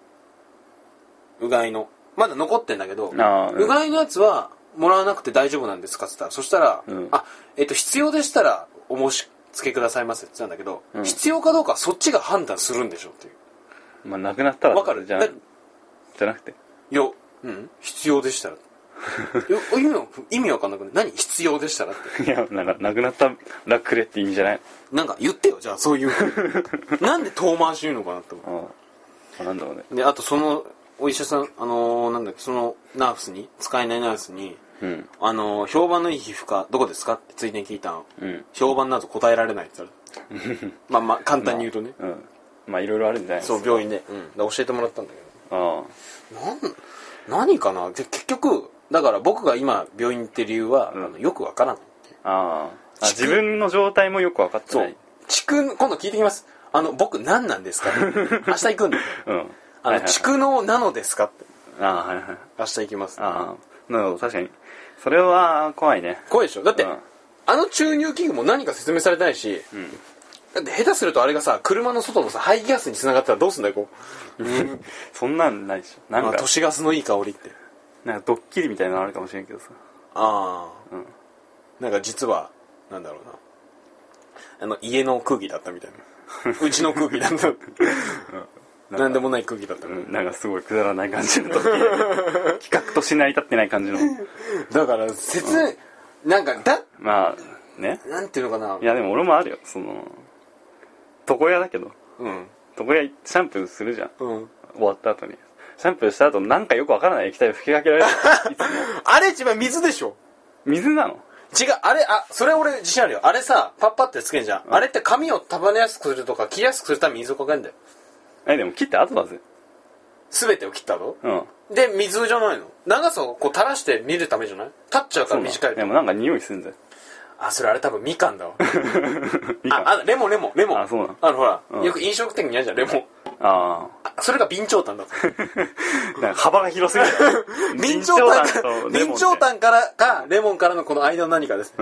[SPEAKER 1] うがいのまだ残ってんだけど、
[SPEAKER 2] ああうん
[SPEAKER 1] うがいのやつはもらわなくて大丈夫なんですかって言ったらそしたら「
[SPEAKER 2] うん
[SPEAKER 1] あえっと必要でしたらお申し付けくださいませ」って言ってたんだけど、
[SPEAKER 2] うん
[SPEAKER 1] 必要かどうかはそっちが判断するんでしょっていう
[SPEAKER 2] まあなくなったら
[SPEAKER 1] わかる
[SPEAKER 2] じゃ
[SPEAKER 1] だ
[SPEAKER 2] んじゃなくて
[SPEAKER 1] いや、うん、必要でしたら。よ意味わ意味わかんなくない何必要でしたらって。
[SPEAKER 2] いやなんかなくなったらくれって意味じゃない
[SPEAKER 1] なんか言ってよ、じゃあそういうふ うに。なんで遠回し言うのかなって思
[SPEAKER 2] ああなんだろうね
[SPEAKER 1] う。で、あとその、お医者さん、あのーなんだっけ、そのナースに、使えないナースに、
[SPEAKER 2] うん
[SPEAKER 1] あの評判のいい皮膚科どこですかってついでに聞いたの、
[SPEAKER 2] うん
[SPEAKER 1] 評判など答えられないって言 ったらまあまあ簡単に言うとね、
[SPEAKER 2] うんまあいろいろあるんじゃないです
[SPEAKER 1] そう病院で,、うん、で教えてもらったんだけ
[SPEAKER 2] あ
[SPEAKER 1] どなん何かなけ結局だから僕が今病院行ってる理由は、
[SPEAKER 2] うん
[SPEAKER 1] あのよくわからん
[SPEAKER 2] あああ自分の状態もよく分かって
[SPEAKER 1] そ
[SPEAKER 2] な
[SPEAKER 1] う
[SPEAKER 2] い
[SPEAKER 1] 蓄今度聞いてきますあの僕何なん ですか明日行くんで
[SPEAKER 2] うん
[SPEAKER 1] あ
[SPEAKER 2] はいはい
[SPEAKER 1] の
[SPEAKER 2] はい
[SPEAKER 1] 蓄能なのですかって
[SPEAKER 2] ああはいはい
[SPEAKER 1] 明日行きます
[SPEAKER 2] ああなるほど確かにそれは怖いね
[SPEAKER 1] 怖いでしょだって、
[SPEAKER 2] うん
[SPEAKER 1] あの注入器具も何か説明されてないし、だって下手するとあれがさ車の外のさ排気ガスにつながったらどうすんだよこ
[SPEAKER 2] そんなんないでしょ
[SPEAKER 1] う、
[SPEAKER 2] なん
[SPEAKER 1] まあ
[SPEAKER 2] か
[SPEAKER 1] 都市ガスのいい香りって
[SPEAKER 2] なんかドッキリみたいなのあるかもしれんけどさ
[SPEAKER 1] ああ、
[SPEAKER 2] うん
[SPEAKER 1] なんか実はなんだろうなあの家の空気だったみたい なうちの空気だった
[SPEAKER 2] か
[SPEAKER 1] なんでもない空気だった、
[SPEAKER 2] うんなんかすごいくだらない感じのドッ キリ企画とし成り立ってない感じの
[SPEAKER 1] だから説明、なんかだ
[SPEAKER 2] まあね
[SPEAKER 1] なんていうのかない
[SPEAKER 2] やでも俺もあるよその床屋だけど
[SPEAKER 1] うん
[SPEAKER 2] 床屋シャンプーするじゃん
[SPEAKER 1] うん
[SPEAKER 2] 終わった後にシャンプーした後なんかよくわからない液体を吹きかけられる いつも
[SPEAKER 1] あれ一番水でしょ
[SPEAKER 2] 水なの
[SPEAKER 1] 違うあれあそれ俺自信あるよあれさパッパってつけんじゃん、あれって髪を束ねやすくするとか切りやすくするために水をかけるんだよ
[SPEAKER 2] えでも切った後だぜ
[SPEAKER 1] 全てを切ったの
[SPEAKER 2] うん
[SPEAKER 1] で水じゃないの長さをこう垂らして見るためじゃない立っちゃうから
[SPEAKER 2] そうなの
[SPEAKER 1] 短い
[SPEAKER 2] で
[SPEAKER 1] と
[SPEAKER 2] もなんか匂いするんだよ
[SPEAKER 1] あそれあれ多分みかんだわ
[SPEAKER 2] みかん
[SPEAKER 1] ああレモンレモンレモン
[SPEAKER 2] あそうなの
[SPEAKER 1] あのほら、
[SPEAKER 2] うん
[SPEAKER 1] よく飲食店にあるじゃんレモン
[SPEAKER 2] あ
[SPEAKER 1] あそれが備長炭だった
[SPEAKER 2] あなんか幅が広すぎる
[SPEAKER 1] 備長炭か
[SPEAKER 2] 備長炭とレモ
[SPEAKER 1] 備
[SPEAKER 2] ンって
[SPEAKER 1] 長炭からかレモンからのこの間の何か です、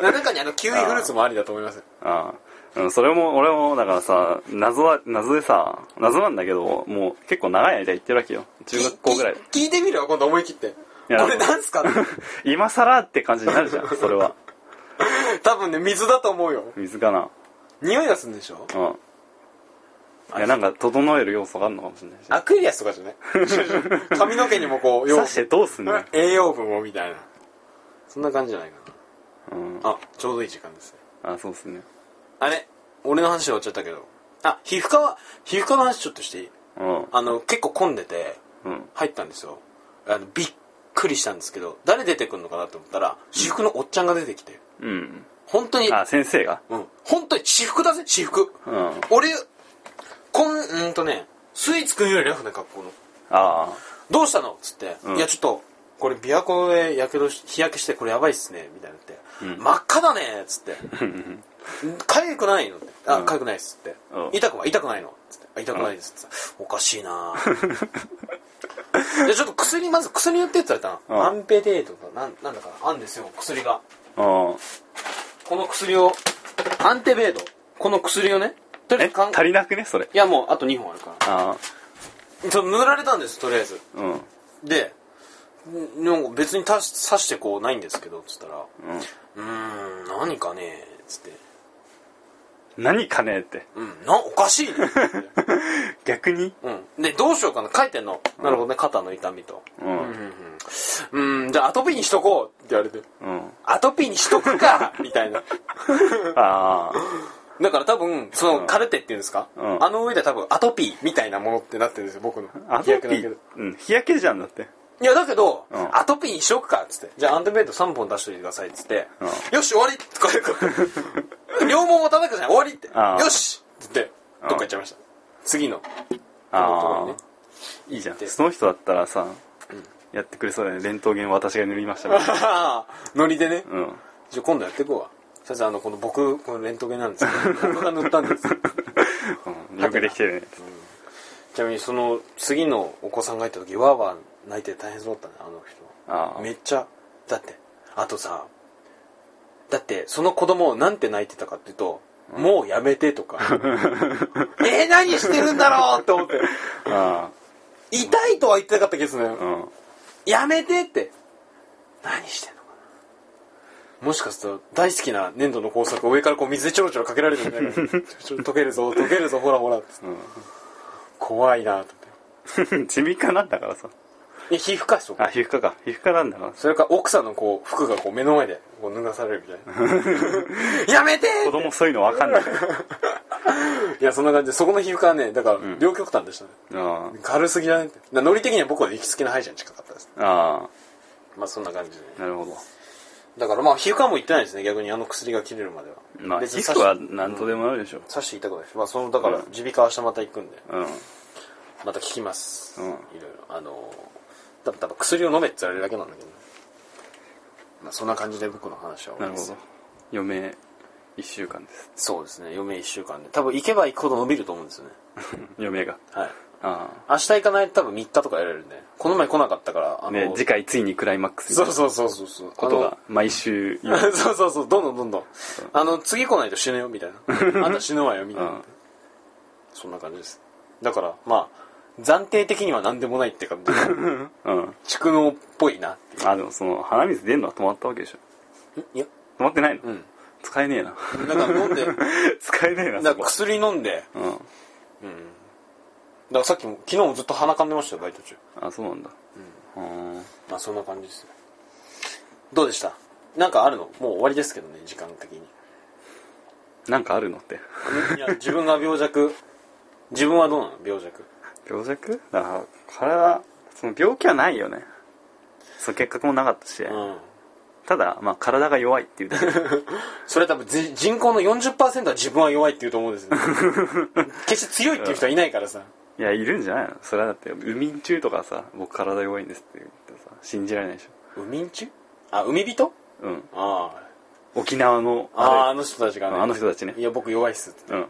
[SPEAKER 1] 中にあのキウイフルーツもありだと思います
[SPEAKER 2] ああうんそれも俺もだからさ謎は謎でさ謎なんだけどもう結構長い間行ってるわけよ中学校 ぐらい
[SPEAKER 1] き聞いてみるよ今度思い切って
[SPEAKER 2] や
[SPEAKER 1] これなんすかって
[SPEAKER 2] 今更って感じになるじゃんそれは
[SPEAKER 1] 多分ね水だと思うよ
[SPEAKER 2] 水かな
[SPEAKER 1] 匂いがするんでしょ
[SPEAKER 2] うんいやなんか整える要素があるのかもしれないし
[SPEAKER 1] アクエリアスとかじ ゃない髪の毛にもこう
[SPEAKER 2] 刺してどうすんのよ、
[SPEAKER 1] 栄養分をみたいなそんな感じじゃないか
[SPEAKER 2] うん、
[SPEAKER 1] なあちょうどいい時間ですね
[SPEAKER 2] あそうっすね
[SPEAKER 1] あれ俺の話終わっちゃったけどあ皮膚科は皮膚科の話ちょっとしていい
[SPEAKER 2] うん
[SPEAKER 1] あの結構混んでて
[SPEAKER 2] うん
[SPEAKER 1] 入ったんですよあのびっくりしたんですけど誰出てくるのかなと思ったら私服のおっちゃんが出てきて
[SPEAKER 2] うん
[SPEAKER 1] 本当に
[SPEAKER 2] あ先生が
[SPEAKER 1] うん本当に私服だぜ私服
[SPEAKER 2] うんあ
[SPEAKER 1] 俺こんうーんとねスイーツくんよりラフな格好の
[SPEAKER 2] あ
[SPEAKER 1] どうしたのっつって、
[SPEAKER 2] うん
[SPEAKER 1] いやちょっとこれ琵琶湖でやけどし日焼けしてこれやばいっすねみたいになって、
[SPEAKER 2] うん
[SPEAKER 1] 真っ赤だねっつって かゆくないのってあ
[SPEAKER 2] ん
[SPEAKER 1] かゆくないっすって、
[SPEAKER 2] うん
[SPEAKER 1] 痛くは痛くないのっつってあ痛くないですっつって、おかしいなぁでちょっと薬まず薬塗ってって言われた
[SPEAKER 2] う
[SPEAKER 1] の、
[SPEAKER 2] ん
[SPEAKER 1] アンペデートかなんなんだかあんですよ薬が
[SPEAKER 2] うん
[SPEAKER 1] この薬をアンテベードこの薬をねとりあえ
[SPEAKER 2] え
[SPEAKER 1] ずかん
[SPEAKER 2] 足りなくねそれ
[SPEAKER 1] いやもうあと2本あるか
[SPEAKER 2] あ
[SPEAKER 1] らそう塗られたんですとりあえず
[SPEAKER 2] あうんうん
[SPEAKER 1] でんなんか別にたし刺してこうないんですけどっつったら「うーん何かね」っつって
[SPEAKER 2] 何かねって
[SPEAKER 1] 「うんなおかしいね」 っつって
[SPEAKER 2] 逆に
[SPEAKER 1] うん、でどうしようかな書いてんの、なるほどね肩の痛みと
[SPEAKER 2] うん
[SPEAKER 1] うんうん、うん、じゃあアトピーにしとこうって言われて
[SPEAKER 2] うん
[SPEAKER 1] アトピーにしとくか みたいな
[SPEAKER 2] ああ
[SPEAKER 1] だから多分そのカルテっていうんですか、
[SPEAKER 2] うん
[SPEAKER 1] あの上で多分アトピーみたいなものってなってるんですよ僕の
[SPEAKER 2] ア
[SPEAKER 1] 飛
[SPEAKER 2] ト
[SPEAKER 1] 躍だ
[SPEAKER 2] ピ
[SPEAKER 1] け
[SPEAKER 2] ー
[SPEAKER 1] ど
[SPEAKER 2] うん日焼けじゃんだって
[SPEAKER 1] いやだけど、
[SPEAKER 2] うん
[SPEAKER 1] アトピーにしとくかっつってじゃあアンドベッド3本出しといてくださいっつって、
[SPEAKER 2] うん
[SPEAKER 1] よし終わりってこれこ れ両門を叩くじゃん終わりって
[SPEAKER 2] ああ
[SPEAKER 1] よしっつってどっか行っちゃいました次の
[SPEAKER 2] あ
[SPEAKER 1] このと
[SPEAKER 2] あ
[SPEAKER 1] こ
[SPEAKER 2] いいじゃん
[SPEAKER 1] で
[SPEAKER 2] その人だったらさやってくれそうだよねレントゲン私が塗りましたみたいな
[SPEAKER 1] ノリでね、
[SPEAKER 2] うん
[SPEAKER 1] じゃあ今度やっていこうわ先生あのこの僕このレントゲンなんですけ ど僕が塗ったんです
[SPEAKER 2] うんよくできてるね
[SPEAKER 1] ちなみにその次のお子さんがいた時わーわー泣いて大変そうだったねあの人
[SPEAKER 2] ああ
[SPEAKER 1] めっちゃだってあとさだってその子供をなんて泣いてたかっていうと、もうやめてと かえー、何してるんだろうって思って
[SPEAKER 2] あ
[SPEAKER 1] 痛いとは言ってなかったけどするの
[SPEAKER 2] あう
[SPEAKER 1] よ
[SPEAKER 2] ん
[SPEAKER 1] やめてって何してんのかなもしかすると大好きな粘土の工作を上からこう水でちょろちょろかけられてるん じゃないかなちょっと溶けるぞ溶けるぞほらほらって、怖いなと思って
[SPEAKER 2] 耳鼻科なんだ からさ
[SPEAKER 1] え皮膚科室
[SPEAKER 2] あ皮膚科か皮膚科なんだから
[SPEAKER 1] それか奥さんのこう服がこう目の前でこう脱がされるみたいな やめて
[SPEAKER 2] 子供そういうの分かんない
[SPEAKER 1] いやそんな感じでそこの皮膚科はねだから
[SPEAKER 2] ん
[SPEAKER 1] 両極端でしたね、
[SPEAKER 2] あ
[SPEAKER 1] 軽すぎだねってなノリ的には僕は行きつけの歯医者に近かったです
[SPEAKER 2] ああ
[SPEAKER 1] まあそんな感じでね
[SPEAKER 2] なるほど
[SPEAKER 1] だからまあ皮膚科も行ってないですね逆にあの薬が切れるまでは
[SPEAKER 2] まあ皮
[SPEAKER 1] 別に
[SPEAKER 2] 膚は何とでもなるでしょ
[SPEAKER 1] 刺していたことないしまあそのだから
[SPEAKER 2] うん
[SPEAKER 1] 耳鼻科明日また行くんで
[SPEAKER 2] うん、
[SPEAKER 1] また聞きます、
[SPEAKER 2] う
[SPEAKER 1] い
[SPEAKER 2] ん
[SPEAKER 1] ろいろあのー多分多分薬を飲めって言われるだけなんだけど、まあ、そんな感じで僕の話は終わ
[SPEAKER 2] なる
[SPEAKER 1] りで
[SPEAKER 2] ほ
[SPEAKER 1] す
[SPEAKER 2] ど余命1週間です
[SPEAKER 1] そうですね余命1週間で多分行けば行くほど伸びると思うんですよね
[SPEAKER 2] 余命が
[SPEAKER 1] はい
[SPEAKER 2] あ
[SPEAKER 1] 明日行かないと多分3日とかやれるんでこの前来なかったからあ
[SPEAKER 2] あ
[SPEAKER 1] の、
[SPEAKER 2] ね次回ついにクライマックスみた
[SPEAKER 1] そ
[SPEAKER 2] いうな
[SPEAKER 1] そうそうそうそう
[SPEAKER 2] ことが毎週
[SPEAKER 1] あの そうそうそうどんどんどんどんあの次来ないと死ぬよみたいなあんた死ぬわよみたいな、
[SPEAKER 2] うん
[SPEAKER 1] そんな感じですだからまあ暫定的には何でもないって 感じ
[SPEAKER 2] うん
[SPEAKER 1] 蓄能っぽいなってい
[SPEAKER 2] あでもその鼻水出んのは止まったわけでしょ
[SPEAKER 1] ういや
[SPEAKER 2] 止まってないの、
[SPEAKER 1] うん
[SPEAKER 2] 使えねえな
[SPEAKER 1] だから飲んで
[SPEAKER 2] 使えねえな
[SPEAKER 1] だ
[SPEAKER 2] そ
[SPEAKER 1] か
[SPEAKER 2] こ
[SPEAKER 1] ら薬飲んでだか
[SPEAKER 2] うん
[SPEAKER 1] らさっきも昨日もずっと鼻かんでましたよバイト中
[SPEAKER 2] あそうなんだうん
[SPEAKER 1] まあそんな感じですねどうでしたなんかあるのもう終わりですけどね時間的に
[SPEAKER 2] なんかあるのって
[SPEAKER 1] いや自分が病弱自分はどうなの病弱
[SPEAKER 2] 病弱だから体その病気はないよねその結核もなかったし、
[SPEAKER 1] うん
[SPEAKER 2] ただ、まあ、体が弱いっていうだけ
[SPEAKER 1] それ多分じ人口の40%は自分は弱いって言うと思うんですよ決して強いっていう人はいないからさ
[SPEAKER 2] いやいるんじゃないのそれはだって無眠中とかさ僕体弱いんですって言ってさ信じられないでし
[SPEAKER 1] 海人中あ海人
[SPEAKER 2] ょうん
[SPEAKER 1] あ
[SPEAKER 2] 沖縄の
[SPEAKER 1] あああ
[SPEAKER 2] あ
[SPEAKER 1] あの人たちがね
[SPEAKER 2] あの人たちね
[SPEAKER 1] いや僕弱いっすって
[SPEAKER 2] れうん、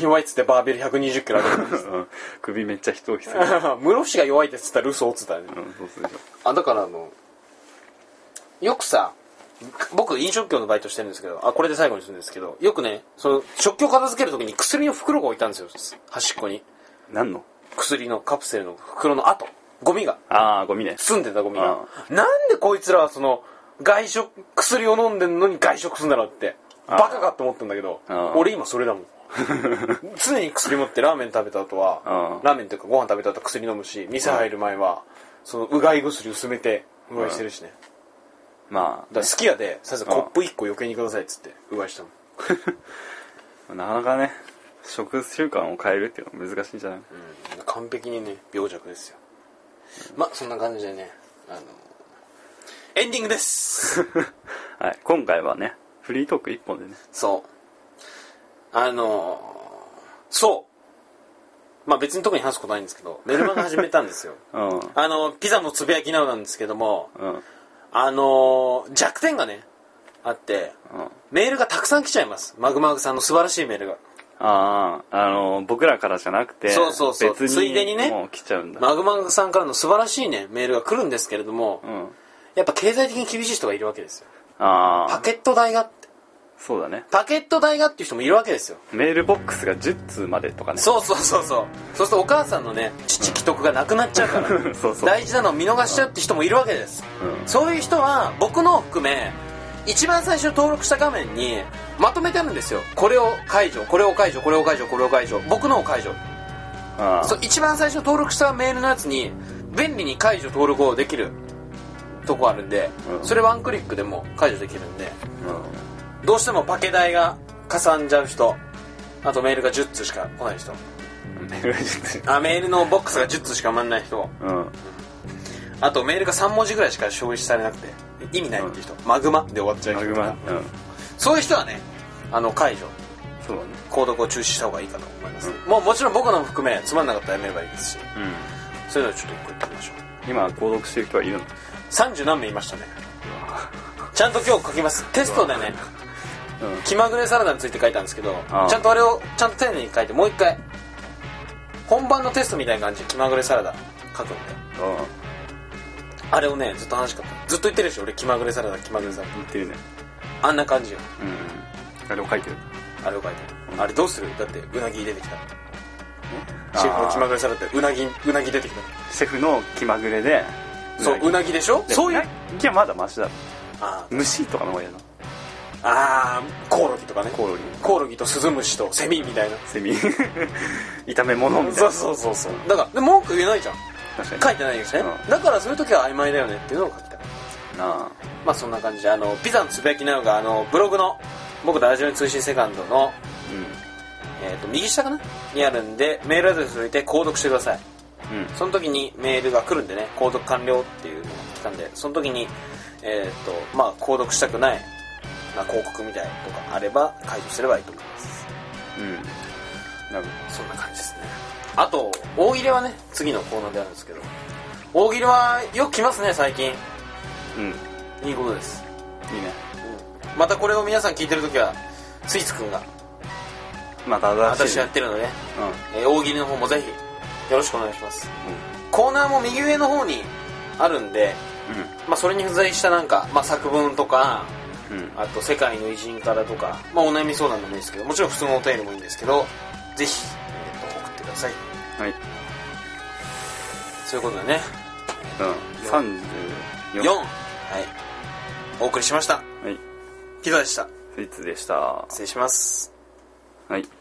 [SPEAKER 1] 弱いっつってバーベル120キロ上げてるんです
[SPEAKER 2] うん、首めっちゃ人を引する、
[SPEAKER 1] 室伏が弱いってつったら嘘をつったね、
[SPEAKER 2] うん、そうするでしょ
[SPEAKER 1] あだからあのよくさ僕飲食業のバイトしてるんですけどあこれで最後にするんですけどよくねその食器を片付けるときに薬の袋が置いたんですよ端っこに
[SPEAKER 2] 何の
[SPEAKER 1] 薬のカプセルの袋の後ゴミが
[SPEAKER 2] ああゴミね
[SPEAKER 1] 住んでたゴミ
[SPEAKER 2] あ
[SPEAKER 1] がなんでこいつらはその外食薬を飲んでんのに外食するんだろうってバカかって思ったんだけど
[SPEAKER 2] あ
[SPEAKER 1] 俺今それだ もん常に薬持ってラーメン食べた後は
[SPEAKER 2] あ
[SPEAKER 1] ラーメンというかご飯食べた後薬飲むし店入る前はそのうがい薬薄めてうがいしてるしね
[SPEAKER 2] ま
[SPEAKER 1] だからすき家で先生
[SPEAKER 2] あ
[SPEAKER 1] コップ1個余計にくださいっつってうがいしたもん
[SPEAKER 2] あなかなかね食習慣を変えるっていうのは難しいんじゃない
[SPEAKER 1] うん完璧にね病弱ですよまあそんな感じでねあのエンディングです
[SPEAKER 2] はい、今回はねフリートーク1本でね
[SPEAKER 1] そうあのそうまあ別に特に話すことないんですけどメルマガ始めたんですよ
[SPEAKER 2] うんうん
[SPEAKER 1] あのピザのつぶやきなどなんですけどもあの弱点がねあって
[SPEAKER 2] うん
[SPEAKER 1] メールがたくさん来ちゃいますマグマグさんの素晴らしいメールが
[SPEAKER 2] あああの僕らからじゃなくて
[SPEAKER 1] そうそうそう
[SPEAKER 2] 別に
[SPEAKER 1] ついでにね
[SPEAKER 2] もう来ちゃうんだ、
[SPEAKER 1] マグマグさんからの素晴らしいねメールが来るんですけれども、
[SPEAKER 2] うん
[SPEAKER 1] やっぱ経済的に厳しい人がいるわけですよ
[SPEAKER 2] あ
[SPEAKER 1] パ
[SPEAKER 2] あ
[SPEAKER 1] ケット代がって
[SPEAKER 2] そうだね
[SPEAKER 1] パケット代がっていう人もいるわけですよ
[SPEAKER 2] メールボックスが10通までとかね
[SPEAKER 1] そうそうそうそうそうするとお母さんのね父既得がなくなっちゃうから
[SPEAKER 2] そうそう
[SPEAKER 1] 大事なのを見逃しちゃうって人もいるわけです、
[SPEAKER 2] うん
[SPEAKER 1] そういう人は僕のを含め一番最初に登録した画面にまとめてあるんですよこれを解除これを解除これを解除これを解除僕のを解除
[SPEAKER 2] あ
[SPEAKER 1] そう一番最初に登録したメールのやつに便利に解除登録をできるとこあるんで、
[SPEAKER 2] うん
[SPEAKER 1] それワンクリックでもう解除できるんで
[SPEAKER 2] あ、
[SPEAKER 1] どうしてもパケ代がかさんじゃう人あとメールが10通しか来ない人
[SPEAKER 2] うん、メールが10
[SPEAKER 1] あメールのボックスが10通しか埋まんない人
[SPEAKER 2] 通うん
[SPEAKER 1] あとメールが3文字ぐらいしか消費されなくて意味ないっていう人、マグマで終わっちゃう
[SPEAKER 2] マ
[SPEAKER 1] 人
[SPEAKER 2] グ
[SPEAKER 1] とか
[SPEAKER 2] マうん
[SPEAKER 1] そういう人はねあの解除
[SPEAKER 2] そうだね
[SPEAKER 1] 購読を中止した方がいいかと思います、もうもちろん僕のも含めつまんなかったらやめればいいですしそういうのをちょっと一個言ってみましょう
[SPEAKER 2] うん今購読してる人はいるの
[SPEAKER 1] 30何名いましたねちゃんと今日書きますテストでね気まぐれサラダについて書いたんですけど
[SPEAKER 2] ああ
[SPEAKER 1] ちゃんとあれをちゃんと丁寧に書いてもう一回本番のテストみたいな感じで気まぐれサラダ書くんで
[SPEAKER 2] うんうん
[SPEAKER 1] あれをねずっと話しかったずっと言ってるでしょ俺気まぐれサラダ気まぐれサラ
[SPEAKER 2] 言ってるね
[SPEAKER 1] ダあんな感じよ
[SPEAKER 2] うんあれを書いてる
[SPEAKER 1] あれを書いてあれどうするだってうなぎ出てきた
[SPEAKER 2] あー
[SPEAKER 1] シェフの気まぐれサラダってうなぎうなぎ出てき
[SPEAKER 2] シェフの気まぐれで
[SPEAKER 1] たそううなぎでしょ
[SPEAKER 2] で
[SPEAKER 1] そういう
[SPEAKER 2] いやまだマシだ
[SPEAKER 1] あー
[SPEAKER 2] 虫とかの方が嫌な
[SPEAKER 1] あーコオロギとかね
[SPEAKER 2] コオロギ
[SPEAKER 1] コオロギとスズムシとセミみたいな
[SPEAKER 2] セミ炒め物みたい
[SPEAKER 1] そう
[SPEAKER 2] な
[SPEAKER 1] そうそうそうだからで文句言えないじゃん
[SPEAKER 2] 確
[SPEAKER 1] 書
[SPEAKER 2] か
[SPEAKER 1] いてないですね、
[SPEAKER 2] うん
[SPEAKER 1] だからそういう時は曖昧だよねっていうのを書きたい
[SPEAKER 2] にな
[SPEAKER 1] まあそんな感じであのピザのつぶやきなのがあのブログの僕とラジオ通信セカンドの、えー、と右下かなにあるんでメールアドレスを入れて購読してください
[SPEAKER 2] うんうん
[SPEAKER 1] その時にメールが来るんでね購読完了っていうのを来たんでその時に、えーっとまあ、購読したくない、まあ、広告みたいなのとかあれば解除すればいいと思います
[SPEAKER 2] うんなる
[SPEAKER 1] そんな感じですねあと大喜利はね次のコーナーであるんですけど大喜利はよく来ますね最近
[SPEAKER 2] うんいい
[SPEAKER 1] いいことです、
[SPEAKER 2] ね
[SPEAKER 1] うん、またこれを皆さん聞いてる時はスイーツくんが
[SPEAKER 2] また新し
[SPEAKER 1] 私
[SPEAKER 2] い
[SPEAKER 1] やってるので、ねえー大喜利の方もぜひよろしくお願いします
[SPEAKER 2] う
[SPEAKER 1] コーナーも右上の方にあるんで、
[SPEAKER 2] ん
[SPEAKER 1] まあ、それに付随したなんか、まあ、作文とか
[SPEAKER 2] うんうん
[SPEAKER 1] あと「世界の偉人から」とか、まあ、お悩み相談でもいいですけどもちろん普通のお便りもいいんですけどぜひ、えーと送ってください
[SPEAKER 2] はい
[SPEAKER 1] そういうことでね
[SPEAKER 2] うん
[SPEAKER 1] 4
[SPEAKER 2] 34
[SPEAKER 1] はいお送りしました
[SPEAKER 2] はい
[SPEAKER 1] ピザでした
[SPEAKER 2] スイーツでした
[SPEAKER 1] 失礼します
[SPEAKER 2] はい